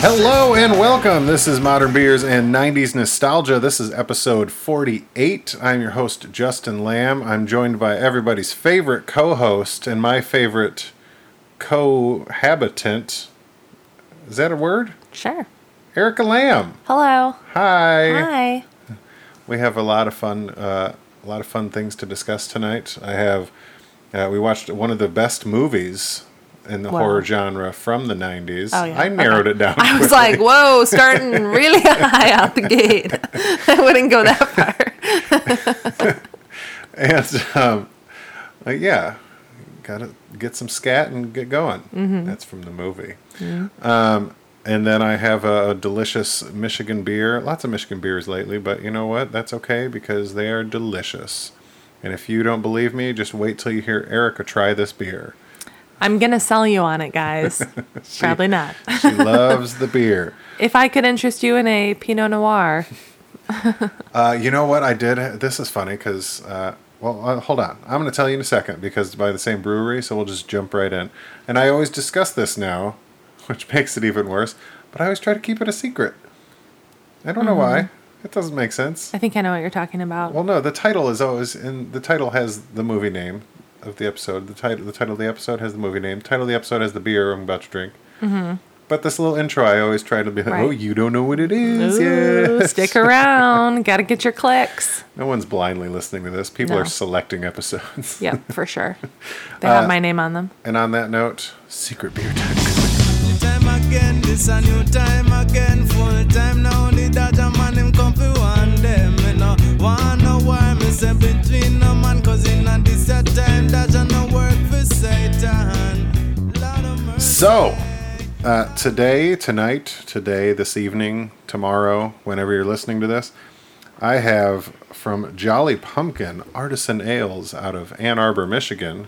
Hello and welcome. This is Modern Beers and 90s Nostalgia. This is episode 48. I'm your host, Justin Lamb. I'm joined by everybody's favorite co host and my favorite cohabitant. Is that a word? Sure. Erica Lamb. Hello. Hi. We have a lot of fun, uh, a lot of fun things to discuss tonight. I have, uh, we watched one of the best movies in the Wow. horror genre from the '90s. Oh, yeah. I narrowed it down. I was quickly. like, whoa, starting really high out the gate. I wouldn't go that far. and um, uh, yeah, gotta get some scat and get going. That's from the movie. Um, and then I have a, delicious Michigan beer. Lots of Michigan beers lately, but you know what? That's okay because they are delicious. And if you don't believe me, just wait till you hear Erica try this beer. I'm going to sell you on it, guys. Probably not. She loves the beer. If I could interest you in a Pinot Noir, Uh, you know what I did? This is funny because, uh, well, uh, hold on. I'm going to tell you in a second because it's by the same brewery, so we'll just jump right in. And I always discuss this now, which makes it even worse, but I always try to keep it a secret. I don't know why. Mm-hmm. It doesn't make sense. I think I know what you're talking about. Well, no, the title is always in the title has the movie name of the episode. The title the title of the episode has the movie name. title of the episode has the beer I'm about to drink. Mm-hmm. But this little intro, I always try to be like, Right. "Oh, you don't know what it is." Ooh, yes." stick around. Got to get your clicks. No one's blindly listening to this. People No. are selecting episodes. Yep, for sure. They have my name on them. And on that note, secret beer time. New time again, this a new time again. Full time now, the Dodger man him come fi one them. Me no want no war, me say between no man. Cause in a this a time, Dodger no work for Satan. Lord of mercy. So, uh, today, tonight, today, this evening, tomorrow, whenever you're listening to this, I have from Jolly Pumpkin Artisan Ales out of Ann Arbor, Michigan.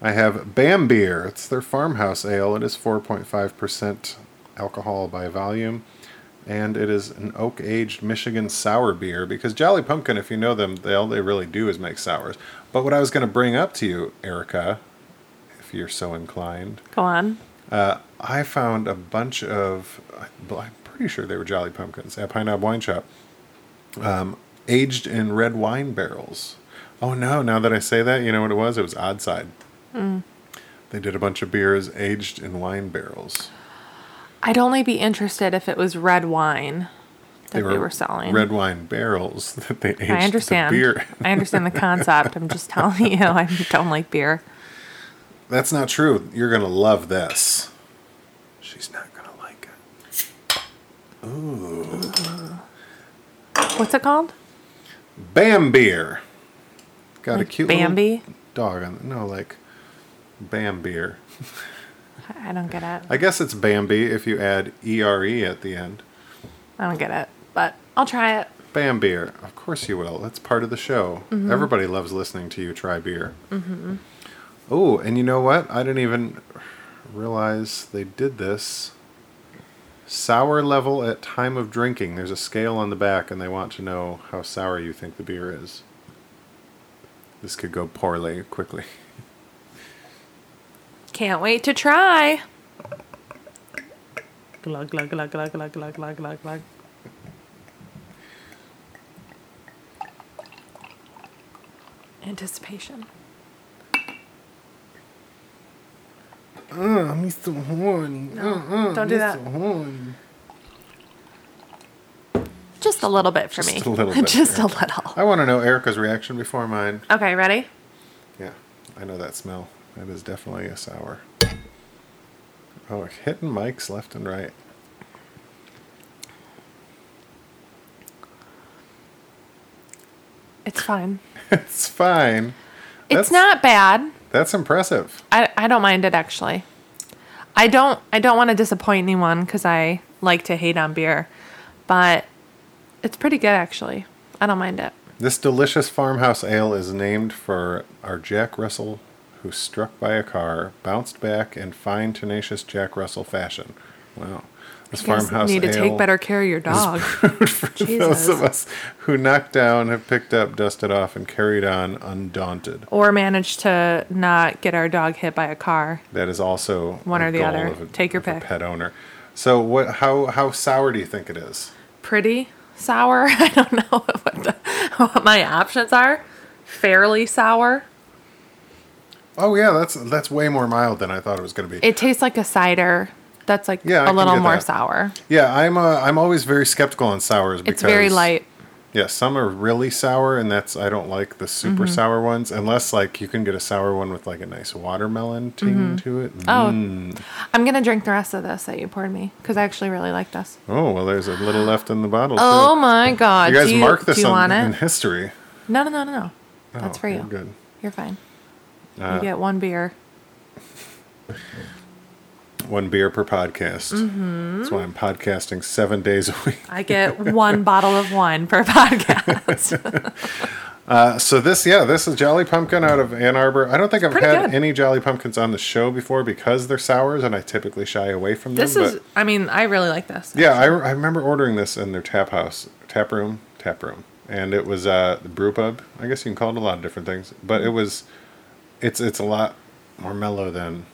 I have Bam Beer. It's their farmhouse ale. It is 4.5% alcohol by volume. And it is an oak aged Michigan sour beer because Jolly Pumpkin, if you know them, they, all they really do is make sours. But what I was going to bring up to you, Erica, if you're so inclined, Go on. uh, I found a bunch of, I'm pretty sure they were Jolly Pumpkins at Pine Knob Wine Shop, um, aged in red wine barrels. Oh no, now that I say that, you know what it was? It was Odd Side. Hmm. They did a bunch of beers aged in wine barrels. I'd only be interested if it was red wine that they were, selling. red wine barrels that they aged I understand. the beer. I understand the concept. I'm just telling you, I don't like beer. That's not true. You're gonna love this. She's not gonna like it. What's it called? Bam beer. Got a cute little Bambi? dog on. No, like Bam beer. I don't get it. I guess it's Bambi if you add E R E at the end. I don't get it. But I'll try it. Bam beer. Of course you will. That's part of the show. Everybody loves listening to you try beer. Mm-hmm. Oh, and you know what? I didn't even realize they did this. Sour level at time of drinking. There's a scale on the back, and they want to know how sour you think the beer is. This could go poorly quickly. Can't wait to try. Glug glug glug glug glug glug glug glug glug. Anticipation. I'm used to horny. don't do that. Just a little bit for Just me. a little bit, Just yeah. a little. I want to know Erica's reaction before mine. Okay, ready? Yeah, I know that smell. That is definitely a sour. Oh, hitting mics left and right. It's fine. It's fine. It's not bad. That's impressive. I, I don't mind it actually. I don't I don't want to disappoint anyone because I like to hate on beer, but it's pretty good actually. I don't mind it. This delicious farmhouse ale is named for our Jack Russell, who struck by a car, bounced back in fine, tenacious Jack Russell fashion. Wow. This You guys farmhouse need to ale take better care of your dog. those Jesus. of us who knocked down have picked up, dusted off, and carried on undaunted. or manage to not get our dog hit by a car. That is also One a or the goal other. of a- Take your of a pick. pet owner. So what? How how sour do you think it is? Pretty sour. I don't know what, the, what my options are. Fairly sour. Oh yeah, that's that's way more mild than I thought it was going to be. It tastes like a cider. That's like Yeah, I a can little get more that. sour. yeah, I'm uh, I'm always very skeptical on sours because It's very light. Yeah, some are really sour, and that's I don't like the super Mm-hmm. sour ones unless like you can get a sour one with like a nice watermelon ting to it. Mm-hmm. Oh. Mm. I'm gonna drink the rest of this that you poured me because I actually really like this. Oh well, there's a little left in the bottle. too. Oh my god! you guys do you, mark this do you on, want in it? history. No, no, no, no, no. That's Oh, for you. you're Good. You're fine. Uh, you get one beer. One beer per podcast. Mm-hmm. That's why I'm podcasting seven days a week. I get one bottle of wine per podcast. Uh, so this, yeah, this is Jolly Pumpkin out of Ann Arbor. I don't think I've Pretty had good. any Jolly Pumpkins on the show before because they're sours, and I typically shy away from them. this is, but- I mean, I really like this. Yeah, I, I remember ordering this in their tap house, tap room, tap room, and it was uh, the brew pub. I guess you can call it a lot of different things, but it was, it's it's a lot more mellow than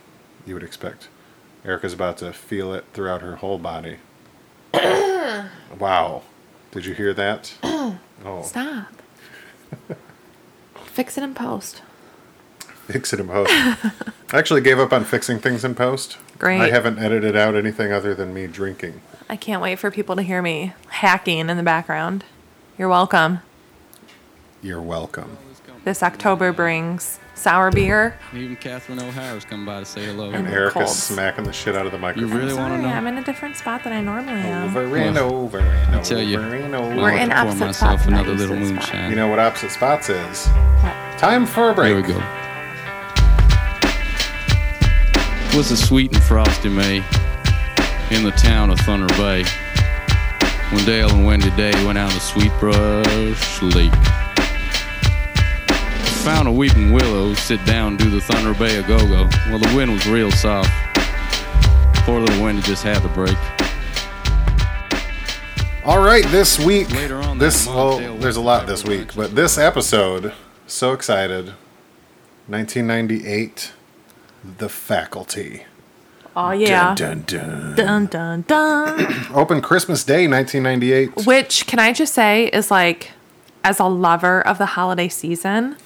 you would expect. Erica's about to feel it throughout her whole body. wow, did you hear that? oh, Stop. Fix it in post. fix it in post. I actually gave up on fixing things in post. Great. I haven't edited out anything other than me drinking. I can't wait for people to hear me hacking in the background. You're welcome. You're welcome. This October brings sour beer. Even Catherine O'Hara's come by to say hello. And Erica's colds. smacking the shit out of the microphone. really Sorry, wanna know? I'm in a different spot than I normally am. Over and over and over tell you, and over. We're in to pour opposite myself spots, another not little used to this spot. moonshine. You know what opposite spots is? What? Time for a break. Here we go. Was a sweet and frosty May in the town of Thunder Bay when Dale and Wendy Day went out to Sweetbrush Lake. Found a weeping willow, sit down, do the Thunder Bay a go go. Well, the wind was real soft. Poor little Wendy just had to break. All right, this week, Later on this that well, month, they'll- there's a lot this week, but this episode, so excited. 1998, The Faculty. Oh yeah. Dun, dun, dun. Dun dun dun. Open Christmas Day, 1998. Which can I just say is like, as a lover of the holiday season,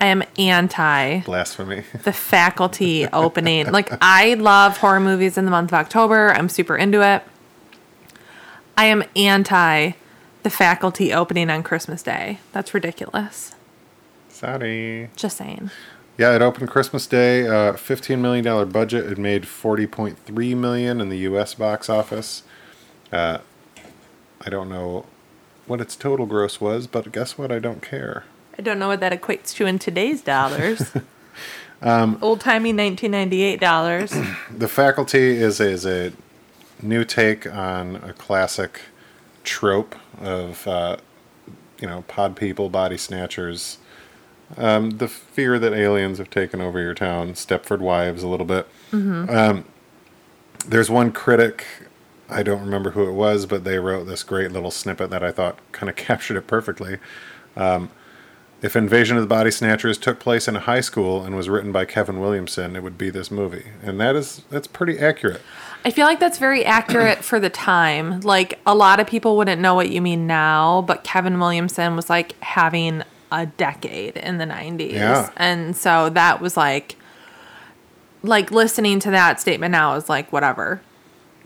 I am anti Blasphemy. the faculty opening. Like I love horror movies in the month of October. I'm super into it. I am anti the faculty opening on Christmas Day. That's ridiculous. Sorry. Just saying. Yeah, it opened Christmas Day. Uh, Fifteen million dollar budget. It made forty point three million in the U.S. box office. Uh, I don't know what its total gross was, but guess what? I don't care. I don't know what that equates to in today's dollars. Old timey 1998 dollars. The Faculty is is a new take on a classic trope of uh, you know pod people, body snatchers. Um, the fear that aliens have taken over your town, Stepford Wives, a little bit. Um, there's one critic, I don't remember who it was, but they wrote this great little snippet that I thought kind of captured it perfectly. If Invasion of the Body Snatchers took place in a high school and was written by Kevin Williamson, it would be this movie. And that is that's pretty accurate. I feel like that's very accurate for the time. Like a lot of people wouldn't know what you mean now, but Kevin Williamson was like having a decade in the 90s. Yeah. And so that was like like listening to that statement now is like whatever.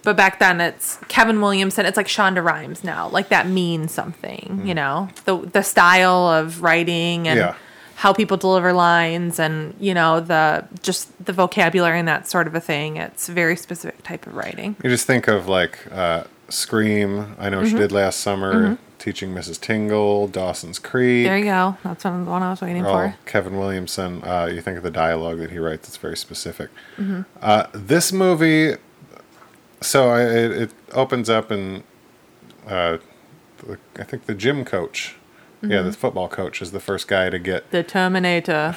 But back then it's Kevin Williamson, it's like Shonda Rhimes now. Like that means something, you know. The the style of writing and Mm. Yeah. how people deliver lines and you know the just the vocabulary and that sort of a thing it's a very specific type of writing You just think of like uh, Scream, I know what she did last summer, teaching Mrs. Tingle, Dawson's Creek. there you go that's one, the one i was waiting Oh, for Kevin Williamson. Uh, you think of the dialogue that he writes; it's very specific. Uh, this movie, so I, it, it opens up and uh, the, I think the gym coach, yeah, the football coach is the first guy to get the terminator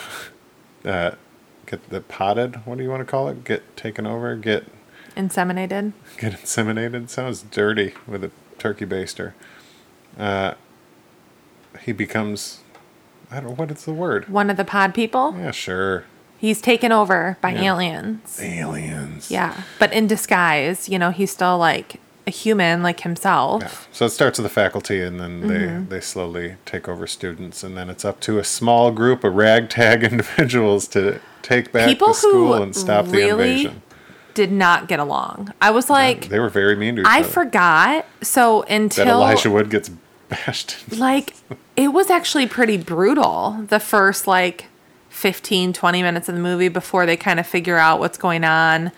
get the potted. What do you want to call it? Get taken over. Get inseminated get inseminated. Sounds dirty with a turkey baster. Uh, he becomes. I don't. What is the word? one of the pod people Yeah, sure. He's taken over by Yeah. aliens. Aliens. Yeah, but in disguise, you know, he's still like a human, like himself. Yeah. So it starts with the faculty, and then Mm-hmm. they, they slowly take over students, and then it's up to a small group of ragtag individuals to take back People the school who and stop the really invasion. Did not get along. I was like, They were very mean to each I other. forgot. So that until Elijah Wood gets bashed. like it was actually pretty brutal the first like 15 20 minutes of the movie before they kind of figure out what's going on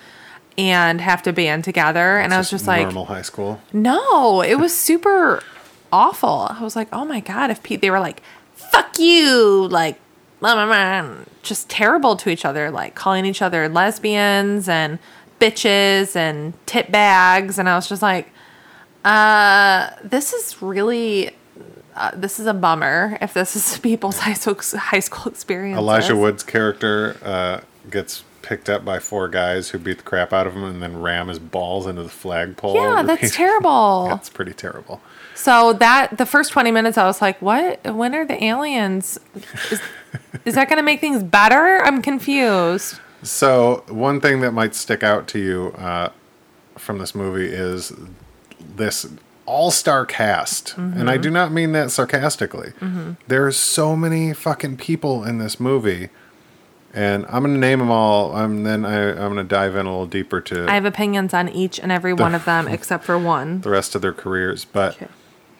and have to band together and i was It's just normal like high school. no it was super awful i was like oh my god if pete they were like fuck you like blah, blah, blah, just terrible to each other like calling each other lesbians and bitches and tit bags and i was just like uh this is really uh, this is a bummer if this is people's high school high school experience Elijah Wood's character uh, gets picked up by four guys who beat the crap out of him and then ram his balls into the flagpole. yeah that's terrible That's pretty terrible. So that the first 20 minutes I was like, "What? When are the aliens? Is, is that going to make things better?" I'm confused. So one thing that might stick out to you uh, from this movie is this all-star cast, and Mm-hmm. I do not mean that sarcastically. There are so many fucking people in this movie, and I'm gonna name them all. and then I, I'm gonna dive in a little deeper to I have opinions on each and every one of them except for one. the rest of their careers, but uh,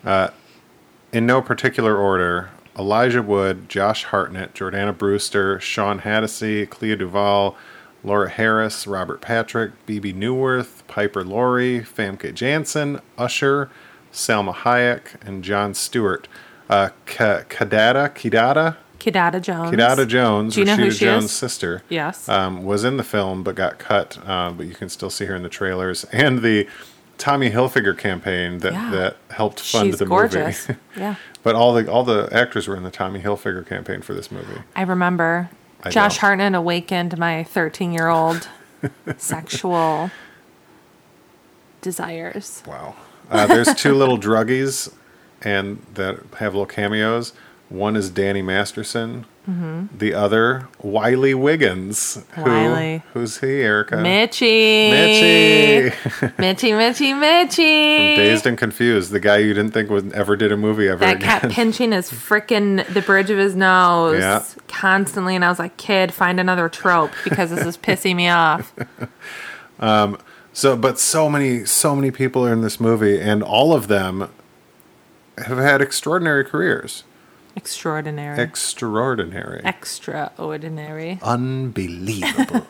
Okay. in no particular order. Elijah Wood, Josh Hartnett, Jordana Brewster, Sean Haddisy, Clea Duvall, Laura Harris, Robert Patrick, BB Newworth, Piper Laurie, Famke Janssen, Usher, Salma Hayek, and John Stewart. Uh, Ka- Kadada, Kidada, Kidada Jones. Kidada Jones, Do you know who Rashida she Jones' is? sister, Yes. um, was in the film but got cut. Uh, but you can still see her in the trailers and the Tommy Hilfiger campaign that, Yeah. that helped fund She's the gorgeous. movie. yeah. But all the all the actors were in the Tommy Hilfiger campaign for this movie. I remember I Josh know. Hartnett awakened my 13-year-old sexual desires. Wow. Uh, there's two little druggies, and that have little cameos. One is Danny Masterson. Mm-hmm. The other Wiley Wiggins. Wiley. Who, who's he, Erica? Mitchie. Mitchie. Mitchie, Mitchie, Mitchie. Dazed and confused. The guy you didn't think would ever did a movie ever That again. cat pinching his freaking the bridge of his nose Yeah. constantly, and I was like, "Kid, find another trope because this is pissing me off." So, but so many, so many people are in this movie, and all of them have had extraordinary careers. Extraordinary, Extraordinary. extraordinary. Unbelievable.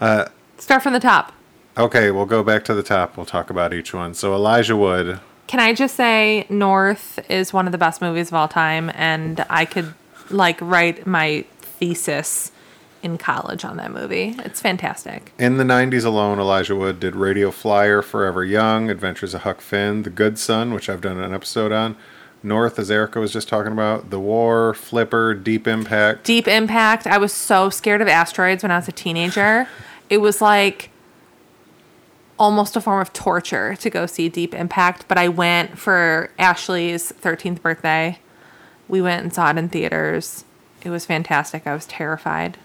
Start from the top. Okay, we'll go back to the top. We'll talk about each one. So Elijah Wood, Can I just say, North is one of the best movies of all time, and I could like write my thesis in college on that movie. It's fantastic. in the 90s alone, Elijah Wood did Radio Flyer, Forever Young, Adventures of Huck Finn, The Good Son, which I've done an episode on, North, as Erica was just talking about, The War, Flipper, Deep Impact. Deep Impact. I was so scared of asteroids when I was a teenager. It was like almost a form of torture to go see Deep Impact, but I went for Ashley's 13th birthday. We went and saw it in theaters. It was fantastic. I was terrified.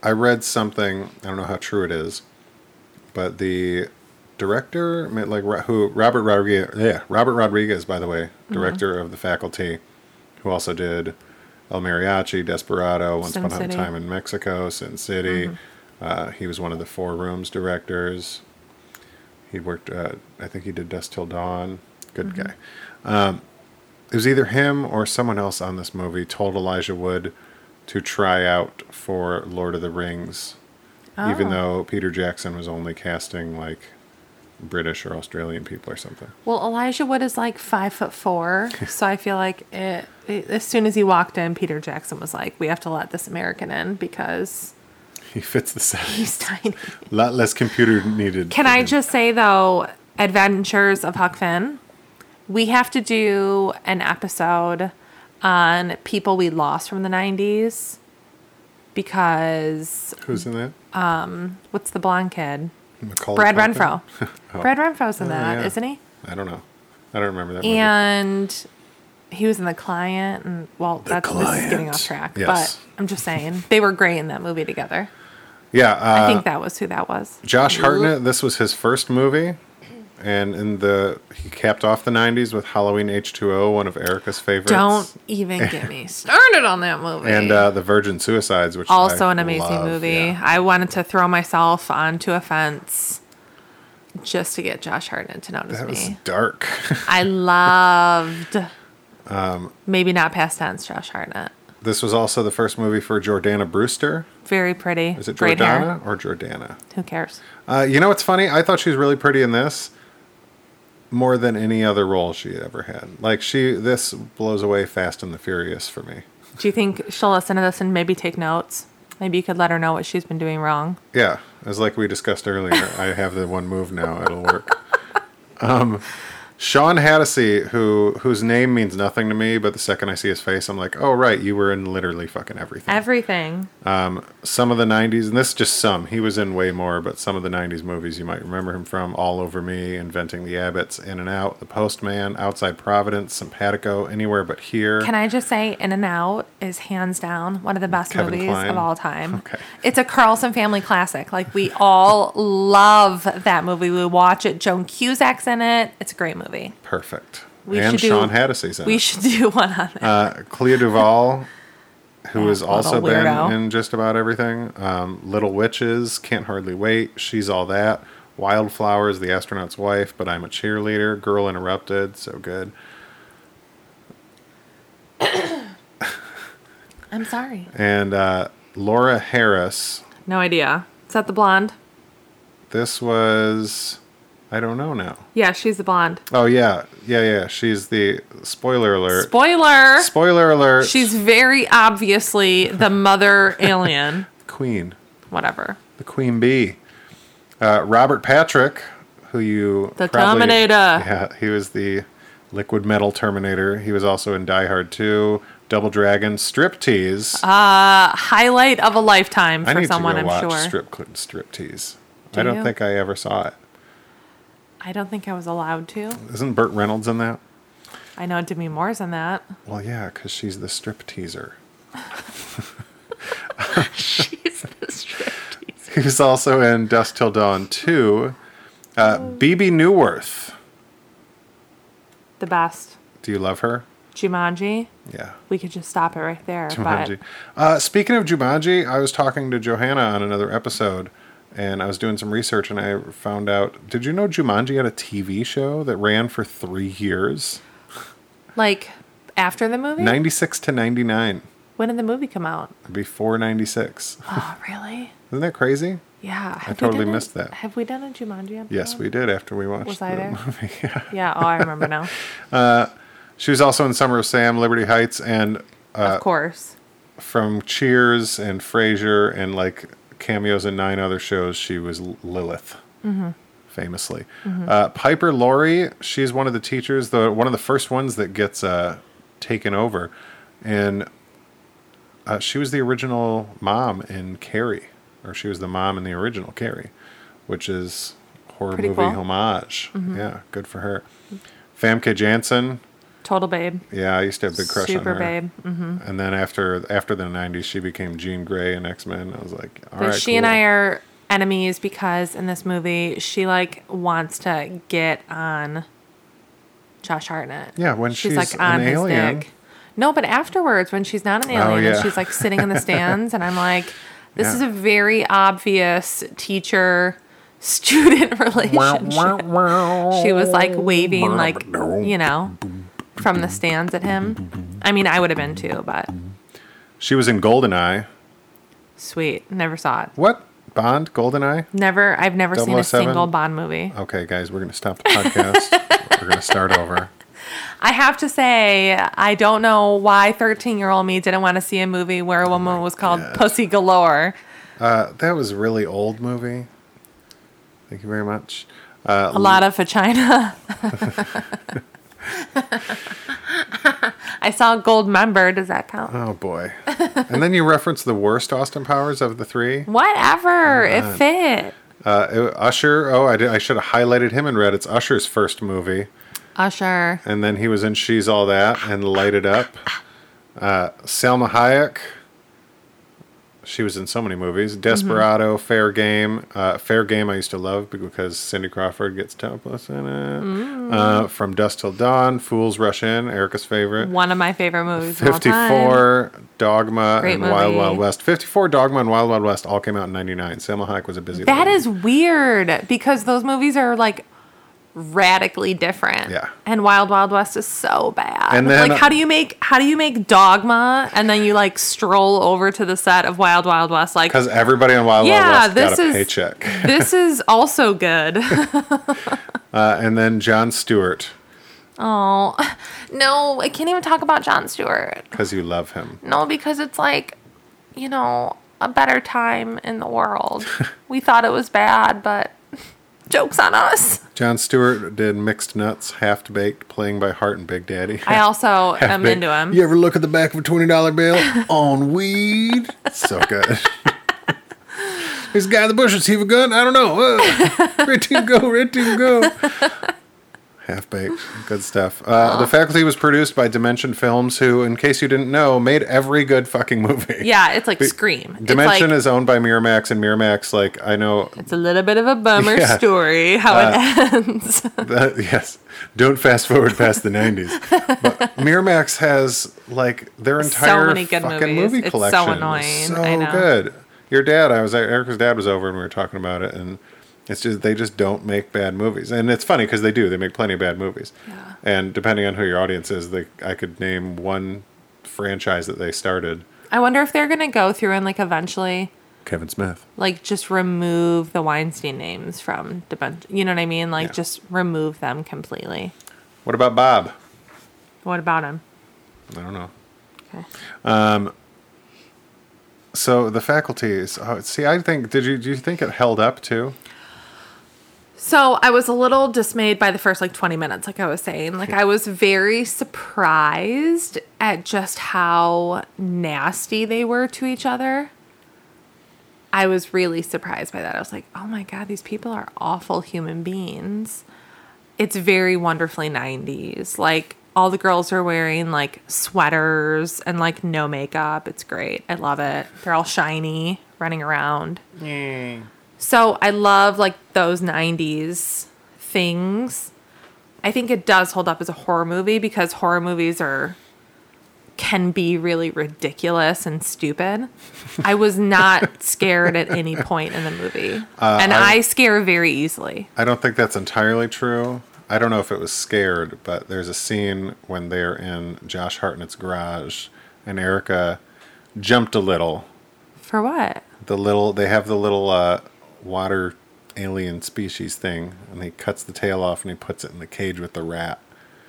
I read something, I don't know how true it is, but the director, I mean, like Ro- who Robert Rodriguez, yeah, Robert Rodriguez, by the way, Mm-hmm. director of the faculty, who also did El Mariachi, Desperado, Once Sin Upon City. Mm-hmm. a Time in Mexico, Sin City. Uh, he was one of the Four Rooms directors. He worked, uh, I think he did Dust Till Dawn. Good Mm-hmm. guy. Um, it was either him or someone else on this movie told Elijah Wood to try out for Lord of the Rings, Oh. even though Peter Jackson was only casting like British or Australian people or something. Well, Elijah Wood is like five foot four, so I feel like it, it- as soon as he walked in, Peter Jackson was like, "We have to let this American in because He fits the set. he's tiny." A lot less computer needed. Can for I him. just say though, Adventures of Huck Finn, we have to do an episode on people we lost from the '90s because Who's in that? what's the blonde kid? Macaulay Brad Culkin? Renfro. Brad Renfro's in Oh, that, yeah. not he? I don't know. I don't remember that. movie. And he was in the client and well that's this is getting Client. off track Yes. but i'm just saying they were great in that movie together Yeah, i uh, think that was who that was Josh Hartnett. This was his first movie, and in the he capped off the '90s with Halloween H2O, one of Erica's favorites. don't even get me started on that movie and uh, the Virgin Suicides, which also I an amazing love, movie yeah. i wanted to throw myself onto a fence just to get josh hartnett to notice That me was dark. i loved Um, maybe not past tense josh hartnett this was also the first movie for Jordana Brewster. very pretty Is it great hair Jordana or Jordana? who cares Uh, you know what's funny? I thought she was really pretty in this more than any other role she ever had. Like she, this blows away Fast and the Furious for me. Do you think she'll listen to this and maybe take notes? Maybe you could let her know what she's been doing wrong. Yeah, as like we discussed earlier, I have the one move now. It'll work. Um, Sean Hattasey, who whose name means nothing to me, but the second I see his face, I'm like, oh right, you were in literally fucking everything. Everything. some of the 90s and this is just some he was in way more but some of the 90s movies you might remember him from all over me inventing the abbots in and out the postman outside providence simpatico anywhere but here Can I just say In and Out is hands down one of the best Kevin movies Kline? of all time. Okay. It's a Carlson family classic. Like we all love that movie. We watch it. Joan Cusack's in it. It's a great movie. perfect We and should do- sean Hattasey's in We it. should do one on that. uh, clea duvall who has little also been Oh, weirdo. in just about everything um, little witches can't hardly wait she's all that wildflowers the astronaut's wife but i'm a cheerleader girl interrupted so good I'm sorry. and uh, laura harris No idea. Is that the blonde? This was I don't know now. Yeah, she's the blonde. Oh yeah. Yeah, yeah. She's the spoiler alert. Spoiler. spoiler alert. She's very obviously the mother alien. queen. Whatever. The queen bee. Uh, Robert Patrick, who you The Terminator. Yeah, he was the liquid metal Terminator. He was also in Die Hard 2, Double Dragon, Striptease. highlight of a lifetime I for need someone, to go I'm watch sure. strip cl- Striptease. Do I don't you? think I ever saw it. I don't think I was allowed to. Isn't Burt Reynolds in that? I know Demi Moore's in that. Well, yeah, because she's the stripteaser. She's the striptease. He was also in Dust Till Dawn 2. Uh, Oh. BB Newworth. The best. Do you love her? Jumanji. Yeah. We could just stop it right there. Jumanji. Uh, speaking of Jumanji, I was talking to Johanna on another episode and I was doing some research and I found out did you know Jumanji had a TV show that ran for three years? But like after the movie? 96 to 99, When did the movie come out? before 96. Oh, really? Isn't that crazy? Yeah. Have we totally done a- missed that. Have we done a Jumanji episode? Yes, we did after we watched Uh, Was I the there? movie. Yeah. Yeah. Oh, I remember now. She was also in Summer of Sam, Liberty Heights, and of course. from Cheers and Frasier and like cameos in nine other shows, she was L- Lilith, Mm-hmm. famously. Uh, Piper Laurie, she's one of the teachers, the one of the first ones that gets uh, taken over, and uh, she was the original mom in Carrie, or she was the mom in the original Carrie, which is horror Pretty movie cool. Mm-hmm. homage. Yeah, good for her. Famke Janssen, Total babe. yeah, I used to have a big crush Super on her. babe. And then after after the '90s, she became Jean Grey in X Men. I was like, all right. But she and cool. I are enemies because in this movie she like wants to get on Josh Hartnett. Yeah, when she's an his alien. Oh, dick. No, but afterwards when she's not an alien yeah. and she's like sitting in the stands and I'm like, this Yeah. is a very obvious teacher student relationship. She was like waving like you know from the stands at him. I mean I would have been too, but She was in Goldeneye. sweet. Never saw it. What Bond? Goldeneye. Never I've never seen 007? a single Bond movie. Okay, guys, we're gonna stop the podcast. we're gonna start over. I have to say, I don't know why 13 year old me didn't want to see a movie where a woman was called God. Pussy Galore. Uh, that was a really old movie. Thank you very much. Uh, A lot of vagina. I saw Gold Member. Does that count? oh boy. and then you referenced the worst Austin Powers of the three. Whatever. It fit. Uh, it- Usher. Oh, I, did, I should have highlighted him in red. It's Usher's first movie. Usher. and then he was in She's All That and Light It Up. Uh, Selma Hayek, she was in so many movies. Mm-hmm. Desperado, Fair Game. Uh, Fair Game I used to love because Cindy Crawford gets topless in it. Mm. Uh, From Dusk Till Dawn, Fools Rush In, Erica's favorite. One of my favorite movies. of all time. 54 Dogma Great and Wild movie. Wild West. 54 Dogma and Wild Wild West all came out in 99. Selma Hayek was a busy That lady. is weird because those movies are like radically different. Yeah. And Wild Wild West is so bad. And then- uh, like how do you make how do you make Dogma and then you like stroll over to the set of Wild Wild West like because everybody on Wild Yeah, Wild West this got a is- paycheck. this is also good. Uh, and then John Stewart oh. No, I can't even talk about John Stewart. because you love him. No, because it's like, you know, a better time in the world. we thought it was bad, but jokes on us. John Stewart did Mixed Nuts, Half Baked, Playing by Heart, and Big Daddy. I also Half am Baked. into him. You ever look at the back of a twenty dollar bill on weed? So good. this guy in the bushes, he have a gun? I don't know. Uh, red team go, red team go. Half baked, good stuff. Uh, the faculty was produced by Dimension Films, who, in case you didn't know, made every good fucking movie. Yeah, it's like Scream. it's Dimension like, is owned by Miramax, and Miramax, like I know, It's a little bit of a bummer Yeah. Uh. story how it ends. that, yes, don't fast forward past the '90s. But Miramax has like their entire many good fucking movies. movie It's so collection. is annoying. so I know. good. Your dad, I was Erica's dad was over, and we were talking about it, and it's just they just don't make bad movies, and it's funny because they do. They make plenty of bad movies, and depending on who your audience is, they I could name one franchise that they started. I wonder if they're gonna go through and like eventually Kevin Smith. like just remove the Weinstein names from Dimension. You know what I mean? Like Yeah. just remove them completely. What about Bob? What about him? I don't know. Okay. So the faculty is. Oh, see, I think. Did you do you think it held up too? So I was a little dismayed by the first like 20 minutes, like I was saying. Like I was very surprised at just how nasty they were to each other. I was really surprised by that. I was like, oh my God, these people are awful human beings. It's very wonderfully 90s. Like all the girls are wearing like sweaters and like no makeup. It's great. I love it. They're all shiny running around. So I love like those 90s things. I think it does hold up as a horror movie because horror movies are can be really ridiculous and stupid. I was not scared at any point in the movie. and I- I, scare very easily. I don't think that's entirely true. I don't know if it was scared, but there's a scene when they're in Josh Hartnett's garage, and Erica jumped a little. For what? The little they have the little uh, water alien species thing, and he cuts the tail off and he puts it in the cage with the rat.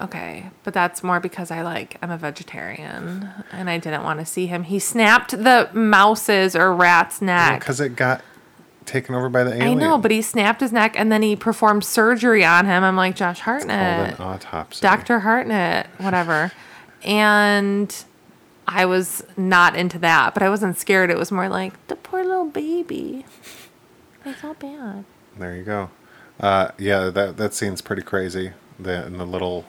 Okay, but that's more because I like I'm a vegetarian and I didn't want to see him. He snapped the mouse's or rat's neck. Because it got taken over by the alien. I know, but he snapped his neck and then he performed surgery on him. I'm like Josh called an Hartnett, autopsy. Doctor Hartnett, whatever. and I was not into that, but I wasn't scared. It was more like the poor little baby. I felt bad. There you go. Uh, yeah, that that scene's pretty crazy. The and the little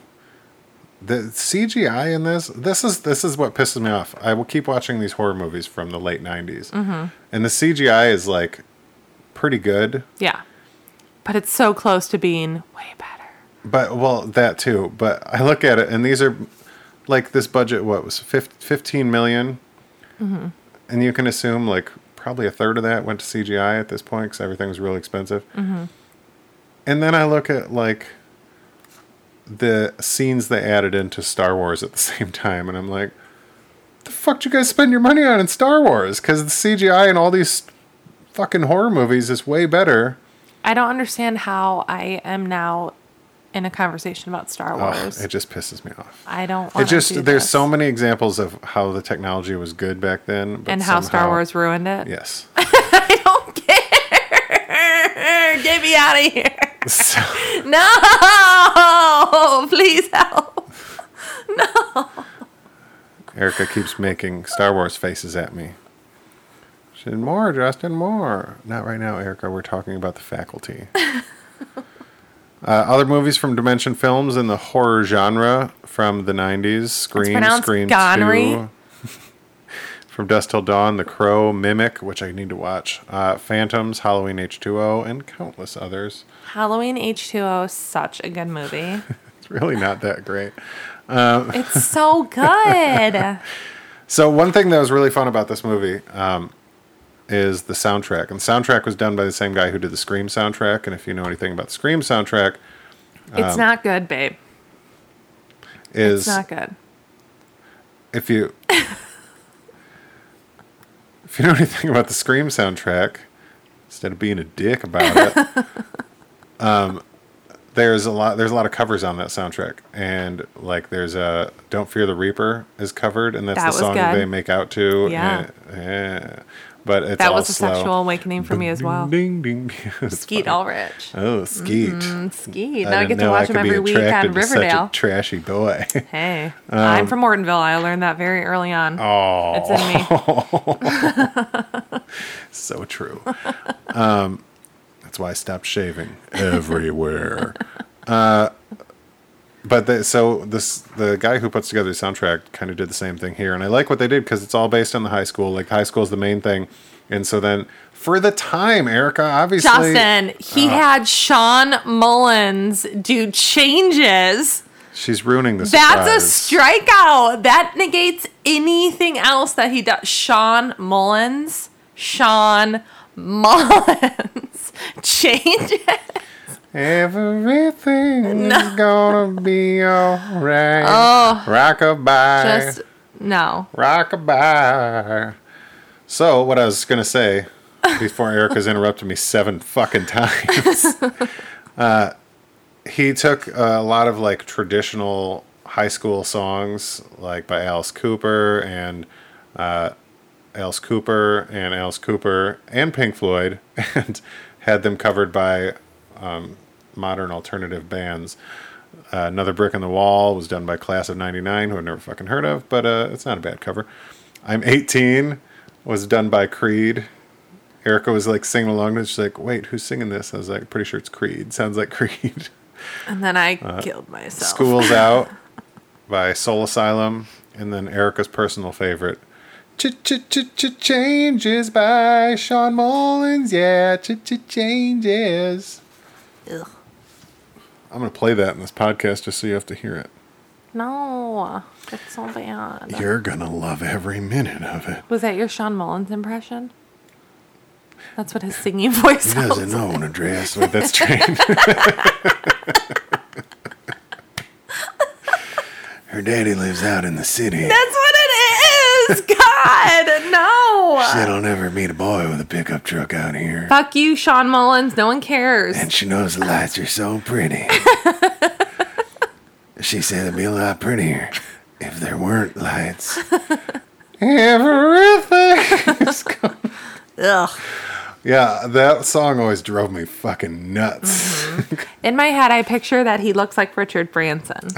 the CGI in this this is this is what pisses me off. I will keep watching these horror movies from the late 90s and the CGI is like pretty good, Yeah, but it's so close to being way better. but well that too. But I look at it and these are like this budget what was 50, 15 million? and you can assume like probably a third of that went to CGI at this point because everything was really expensive. And then I look at like the scenes they added into Star Wars at the same time, and I'm like, the fuck did you guys spend your money on in Star Wars? Because the CGI in all these fucking horror movies is way better. I don't understand how I am now in a conversation about Star Ugh, Wars. it just pisses me off. I don't. Oh, It wanna just do there's this. so many examples of how the technology was good back then, but and how Star somehow- Wars ruined it. Yes. I don't care. Get me out of here. So- No, please help. Erica keeps making Star Wars faces at me. She said, More, Justin, more. Not right now, Erica. We're talking about the faculty. Uh, other movies from Dimension Films in the horror genre from the 90s Scream, pronounced Scream Gonorrhea. 2. from Dust Till Dawn, The Crow, Mimic, which I need to watch, uh, Phantoms, Halloween H2O, and countless others. Halloween H2O, such a good movie. It's really not that great. It's so Um, good. So one thing that was really fun about this movie um, is the soundtrack, and the soundtrack was done by the same guy who did the Scream soundtrack. And if you know anything about the Scream soundtrack, It's not good, babe. is It's not good. if you if you know anything about the Scream soundtrack, instead of being a dick about it, um, there's a lot there's a lot of covers on that soundtrack, and like there's a "Don't Fear the Reaper" is covered, and that's That the was song that good. they make out to. Yeah. eh, eh. but it's That all was a slow. sexual awakening for me as well. Ding ding. ding. It's Skeet funny. Ulrich. Oh, Skeet. Skeet. Now I didn't get to know watch him could be every week on attracted to Riverdale. Such a Um, trashy boy. Hey, I'm from Ortonville. I learned that very early on. Oh, It's in me. so true. um, that's why I stopped shaving everywhere. uh, but the, so this the guy who puts together the soundtrack kind of did the same thing here, and I like what they did because it's all based on the high school. Like high school is the main thing, and so then for the time, Erica obviously Justin, he uh. had Sean Mullins do changes. she's ruining this. That's a strikeout. That negates anything else that he does. Sean Mullins. Sean Mullins changes. Everything is gonna be alright. Oh. Rockabye. Just no. Rockabye. So, what I was going to say before Erica's interrupted me seven fucking times, uh, he took a lot of like traditional high school songs, like by Alice Cooper and uh, Alice Cooper and Alice Cooper and Pink Floyd, and had them covered by um, modern alternative bands. Uh, Another Brick in the Wall was done by Class of 99, who I've never fucking heard of, but uh, it's not a bad cover. I'm 18 was done by Creed. Erica was like singing along, and she's like, wait, who's singing this? I was like, pretty sure it's Creed. Sounds like Creed. And then I killed myself. School's Out by Soul Asylum, and then Erica's personal favorite. Changes by Sean Mullins, yeah. Changes. Ugh. I'm gonna play that in this podcast just so you have to hear it. No, that's so bad. You're gonna love every minute of it. Was that your Sean Mullins impression? That's what his singing voice He was. doesn't know an address. Wait, that's trained. Her daddy lives out in the city. That's what it is. God, no. Said I'll never meet a boy with a pickup truck out here. Fuck you, Sean Mullins. No one cares. And she knows the lights are so pretty. she said it'd be a lot prettier if there weren't lights. Everything. is gone. Ugh. yeah, that song always drove me fucking nuts. In my head, I picture that he looks like Richard Branson.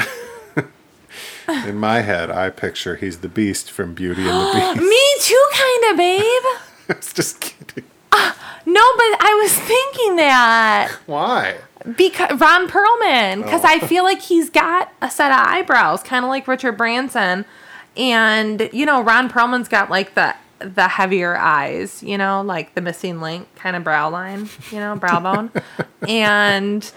In my head, I picture he's the beast from Beauty and the Beast. Me too, kind of, babe. I was just kidding. No, but I was thinking that Why? because Ron Perlman, because Oh. I feel like he's got a set of eyebrows, kind of like Richard Branson, and you know Ron Perlman's got like the the heavier eyes, you know, like the missing link kind of brow line, you know, brow bone, and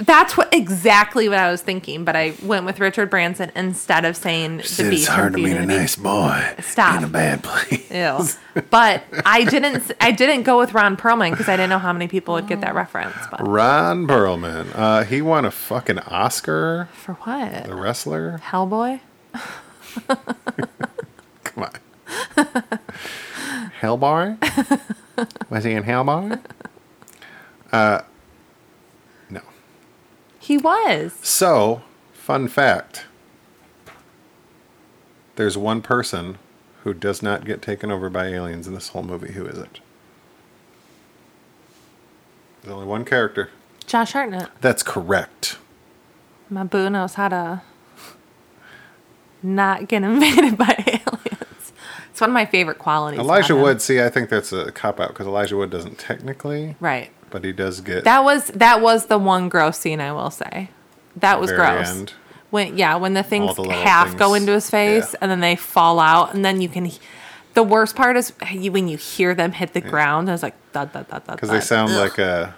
that's what exactly what I was thinking. But I went with Richard Branson instead of saying She the said it's Beast from hard to Beauty meet and a the Beast. nice boy Stop. in a bad place. Ew. But I didn't. I didn't go with Ron Perlman because I didn't know how many people would get that reference. But Ron Perlman. Uh, he won a fucking Oscar, for what? the wrestler. Hellboy. Come on. Hellboy? Was he in Hellboy? Uh, no. He was. So, fun fact there's one person who does not get taken over by aliens in this whole movie. Who is it? There's only one character. Josh Hartnett. That's correct. My boo knows how to not get invaded by aliens. It's one of my favorite qualities. about Elijah him. Wood, see, I think that's a cop out because Elijah Wood doesn't technically Right. but he does get That was that was the one gross scene I will say. That was very gross. end. When yeah, when the things the little half go things. into his face Yeah. and then they fall out and then you can he- the worst part is you, when you hear them hit the ground and it's like thud thud thud thud because they thud. sound like a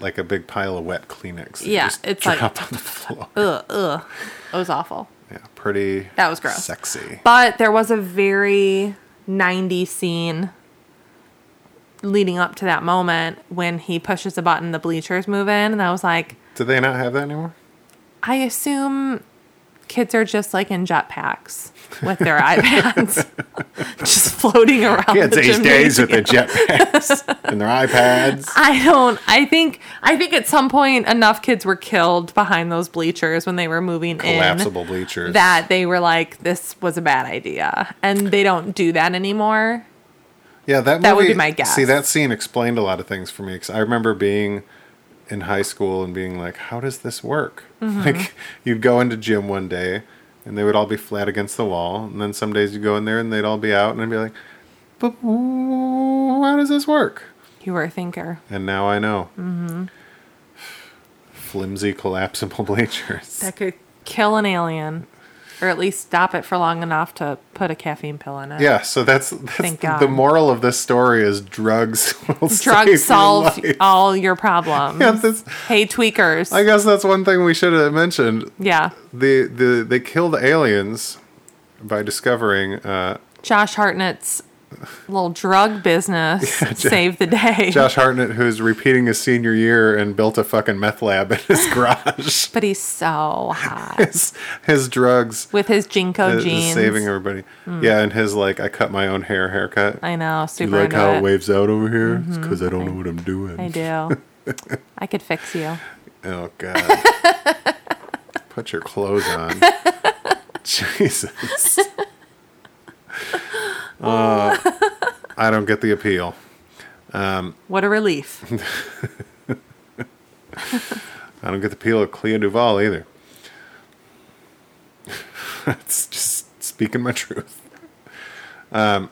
like a big pile of wet Kleenex. that Yeah, just it's like- drop on the floor. ugh, ugh. It was awful. Yeah, pretty. That was gross. Sexy. But there was a very 90s scene leading up to that moment when he pushes a button, the bleachers move in, and I was like, Do they not have that anymore? I assume kids are just like in jetpacks with their iPads, just floating around. Kids the these days with gymnasium. their jetpacks and their iPads. I don't. I think. I think at some point enough kids were killed behind those bleachers when they were moving collapsible in bleachers. that they were like, this was a bad idea, and they don't do that anymore. yeah, that that would movie- be my guess. See, that scene explained a lot of things for me because I remember being in high school and being like, "How does this work?" Mm-hmm. Like, you'd go into gym one day and they would all be flat against the wall, and then some days you go in there and they'd all be out, and I'd be like, "But w- how does this work?" You were a thinker. And now I know. Mm-hmm. Flimsy collapsible bleachers. That could kill an alien, or at least stop it for long enough to put a caffeine pill in it. Yeah, so that's, that's Thank God. the moral of this story is drugs will save your Drugs solve life. all your problems. Yeah, that's- hey, tweakers. I guess that's one thing we should have mentioned. yeah. The the they killed aliens by discovering uh, Josh Hartnett's little drug business saved the day. Josh Hartnett, who's repeating his senior year and built a fucking meth lab in his garage. But he's so hot his, his drugs with his Jinko is, is jeans. saving everybody. Yeah, and his like I cut my own hair haircut. Hmm. I know, you super like into how it it. waves out over here? It's because I don't know what I'm doing. I do. I could fix you. Oh God! Put your clothes on, Jesus. Uh, I don't get the appeal. What a relief. I don't get the appeal of Clea Duval either. That's just speaking my truth. Um,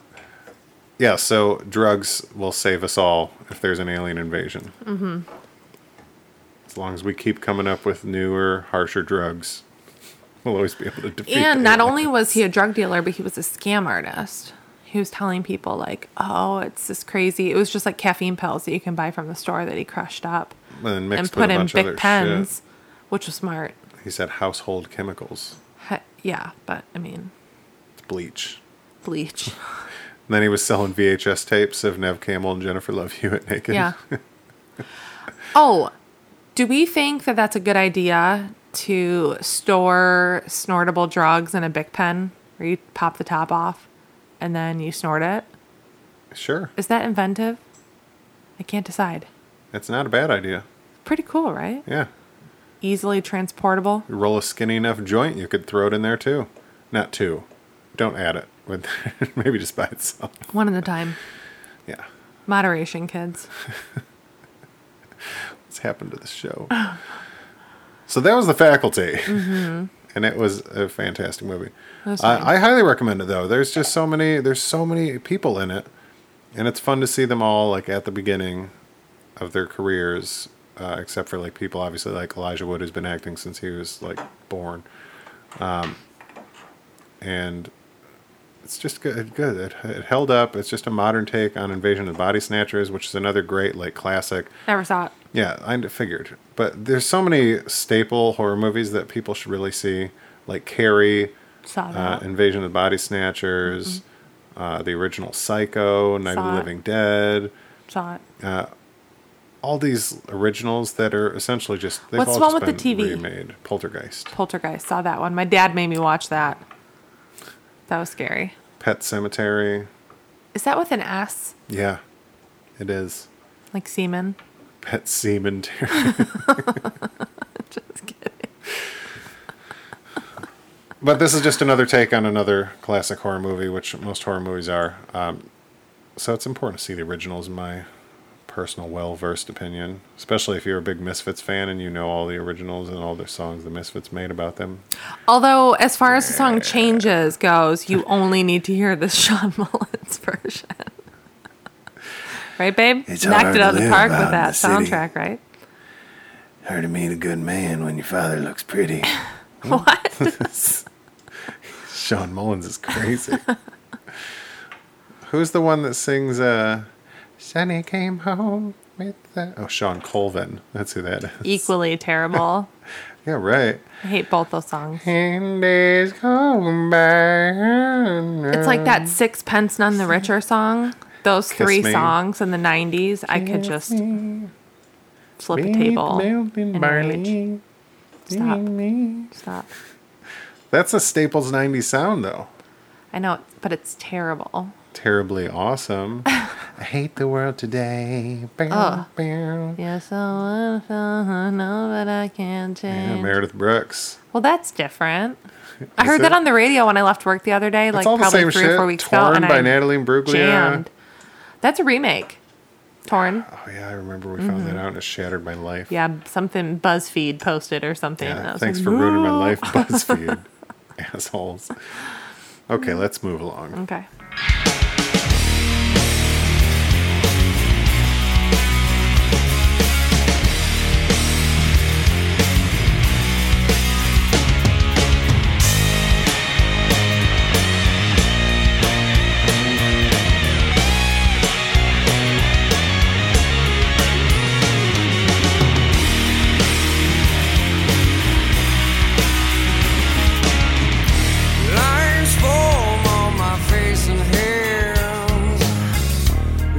yeah. So drugs will save us all if there's an alien invasion. Mm-hmm. As long as we keep coming up with newer, harsher drugs, we'll always be able to defeat. And the not alien. only was he a drug dealer, but he was a scam artist. He was telling people like, "Oh, it's this crazy." It was just like caffeine pills that you can buy from the store that he crushed up and, mixed and with put a in bunch of big other pens, which was smart. shit. He said household chemicals, He- Yeah, but I mean, It's bleach. bleach. And then he was selling VHS tapes of Nev Campbell and Jennifer Love Hewitt naked. Yeah. oh, do we think that that's a good idea to store snortable drugs in a Bic pen where you pop the top off and then you snort it? sure. Is that inventive? I can't decide. It's not a bad idea. Pretty cool, right? Yeah. Easily transportable. You roll a skinny enough joint, you could throw it in there too. Not two. Don't add it. With maybe just by itself. One at a time. Yeah. Moderation, kids. It's happened to the show. so that was the faculty. And it was a fantastic movie. was fun. I, I highly recommend it though. There's just so many there's so many people in it. And it's fun to see them all like at the beginning of their careers, uh, except for like people obviously like Elijah Wood who's been acting since he was like born. Um, and it's just good. Good. It, it held up. It's just a modern take on Invasion of the Body Snatchers, which is another great like classic. Never saw it. Yeah, I figured. But there's so many staple horror movies that people should really see, like Carrie, Saw uh, that. Invasion of the Body Snatchers, uh, the original Psycho, Night of Mm-hmm. Saw the it. Living Dead, saw it. all these originals that are essentially just they've What's all the one just with the been TV? remade. Poltergeist, Poltergeist. Saw that one. My dad made me watch that. That was scary. Pet Cemetery. Is that with an S? Yeah, it is Like semen? Pet Cemetery. Just kidding. But this is just another take on another classic horror movie, which most horror movies are. Um, so it's important to see the originals, in my personal, well versed opinion. Especially if you're a big Misfits fan and you know all the originals and all their songs the Misfits made about them. Although, as far as the song Changes goes, you only need to hear the Sean Mullins version. right, babe? It's Knocked hard it out to of live the park out with in that the city. soundtrack, right? Hard to meet a good man when your father looks pretty. What? Sean Mullins is crazy. Who's the one that sings uh Sonny came home with the Oh Sean Colvin. That's who that is. Equally terrible. Yeah, right. I hate both those songs. Ten days gone by. It's like that Sixpence None the Richer song. Those three me. songs in the 90s, I could just flip a table. Melting and rage. barley. Stop. Me. Stop. That's a Staples 90 sound though. I know, but it's terrible. Terribly awesome. I hate the world today. Bow, Ugh. bow. Yes, I want to know, but I can't Yeah, change. Meredith Brooks. well, that's different. I Is heard that it? on the radio when I left work the other day, like it's all the probably same three shit. or four weeks Torn ago, and by I Natalie Bruglia. jammed. That's a remake. Torn. Oh yeah, I remember we found that out and it shattered my life. Mm-hmm. Yeah, something BuzzFeed posted or something. Yeah, and I was thanks like, for ruining my "No." life, BuzzFeed assholes. Okay, let's move along. Okay. Lines form on my face and hands.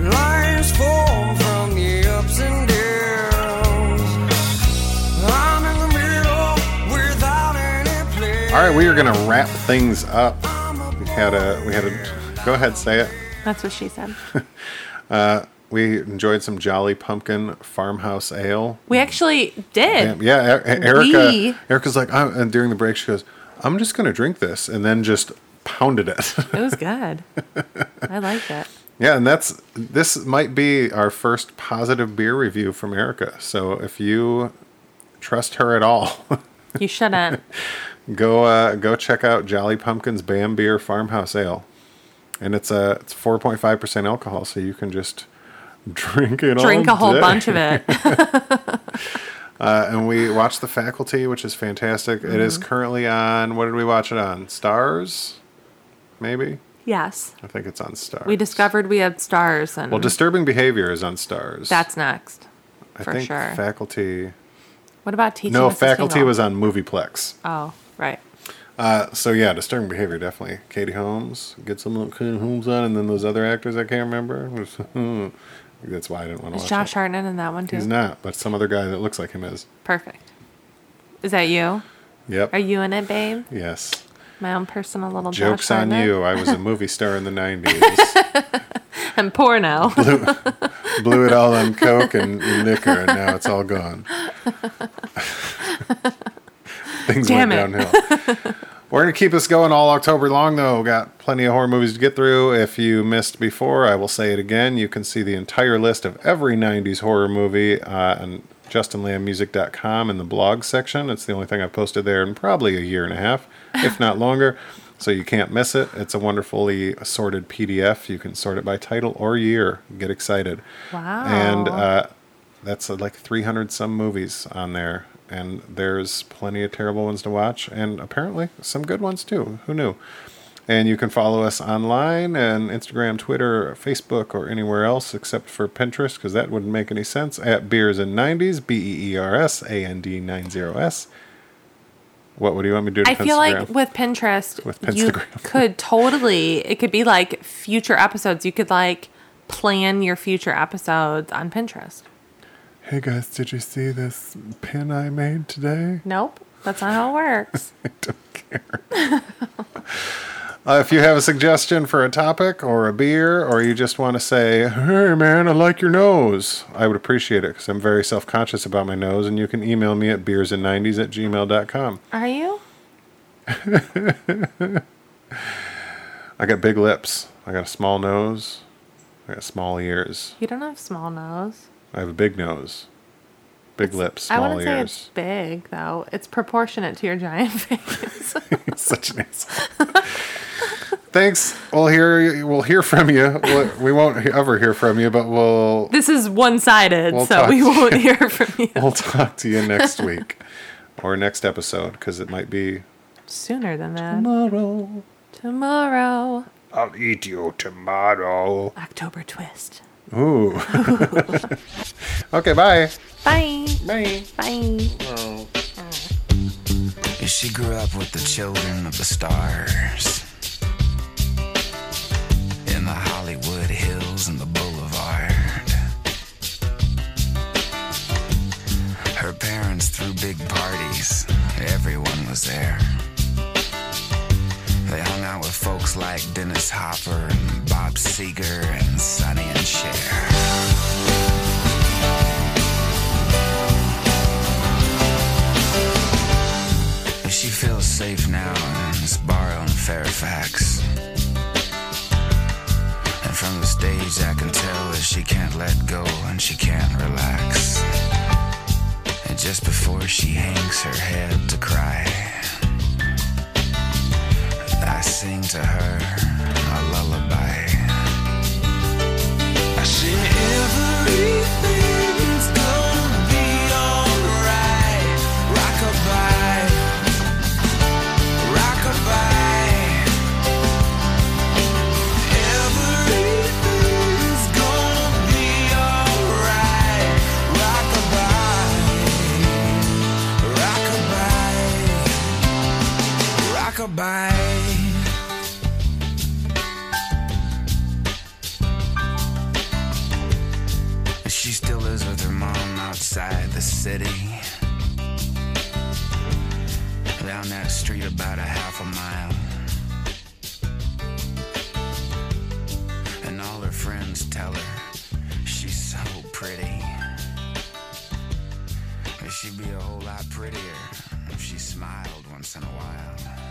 Lines form from the ups and downs. I'm in the middle without any place. All right, we are gonna wrap things up. We had a we had a go ahead say it. That's what she said. We enjoyed some Jolly Pumpkin Farmhouse Ale. We actually did. Damn, yeah, E- E- Erica. We- Erica's like, I'm, and during the break, she goes, "I'm just gonna drink this," and then just pounded it. It was good. I liked it. Yeah, and that's this might be our first positive beer review from Erica. So if you trust her at all, You shouldn't. go uh, go check out Jolly Pumpkin's Bam Beer Farmhouse Ale, and it's a it's four point five percent alcohol, so you can just drink it. Drink all a whole day. bunch of it. Uh, and we watched The Faculty, which is fantastic. It is Mm-hmm. currently on. What did we watch it on? Stars, maybe. Yes. I think it's on Stars. We discovered we had stars and well, disturbing behavior is on Stars. that's next. I for think sure. Faculty. What about teaching? No, Mrs. faculty Tingle? was on Movieplex. Oh, right. Uh, so yeah, disturbing behavior definitely. Katie Holmes, get some of Katie Holmes on, and then those other actors I can't remember. That's why I didn't want to Is watch Josh it. Hartnett in that one too? He's not, but some other guy that looks like him is. Perfect. Is that you? Yep. Are you in it, babe? yes. My own personal little Jokes Josh on Hartnett? you. I was a movie star in the '90s. I'm poor now. Blew it all on coke and liquor, and now it's all gone. Things Damn went it. downhill. We're gonna keep this going all October long, though. Got plenty of horror movies to get through. If you missed before, I will say it again. You can see the entire list of every '90s horror movie uh, on JustinLambMusic.com in the blog section. It's the only thing I've posted there in probably a year and a half, if not longer. So you can't miss it. It's a wonderfully sorted PDF. You can sort it by title or year. Get excited! Wow. And uh, that's uh, like 300 some movies on there and there's plenty of terrible ones to watch and apparently some good ones too who knew and you can follow us online and instagram twitter or facebook or anywhere else except for pinterest because that wouldn't make any sense at beers and E 90s b-e-e-r-s-a-n-d 90s what would you want me to do to I feel like Instagram? with Pinterest, With you Pinstagram. could totally, it could be like future episodes. You could like plan your future episodes on Pinterest. hey guys did you see this pin i made today Nope. That's not how it works. don't care. uh, if you have a suggestion for a topic or a beer, or you just want to say, hey man, I like your nose, I would appreciate it because I'm very self conscious about my nose. And you can email me at beersand90s at gmail.com. Are you? I got big lips, I got a small nose, I got small ears, You don't have small nose. I have a big nose, big lips, I small wouldn't say ears. it's big though. It's proportionate to your giant face. Such an asshole. Thanks. We'll hear we'll hear from you. We'll- We won't ever hear from you, but we'll This is one sided, We'll so talk we to won't hear from you we'll talk to you next week or next episode because it might be sooner than that. tomorrow. Tomorrow, I'll eat you tomorrow. October twist. Ooh. okay. Bye. Bye. Bye. Bye. Yeah, She grew up with the children of the stars in the Hollywood Hills and the Boulevard. Her parents threw big parties, everyone was there. They hung out with folks like Dennis Hopper and Bob Seger and Sonny and Cher. She feels safe now in this bar on Fairfax. And from the stage, I can tell that she can't let go and she can't relax. And just before she hangs her head to cry, I sing to her a lullaby. I sing everything is gonna be alright. Rockabye. Rockabye. Everything's gonna be alright. Rockabye. Rockabye. Rockabye. She still lives with her mom outside the city. Down that street about a half a mile. And all her friends tell her she's so pretty. But she'd be a whole lot prettier if she smiled once in a while.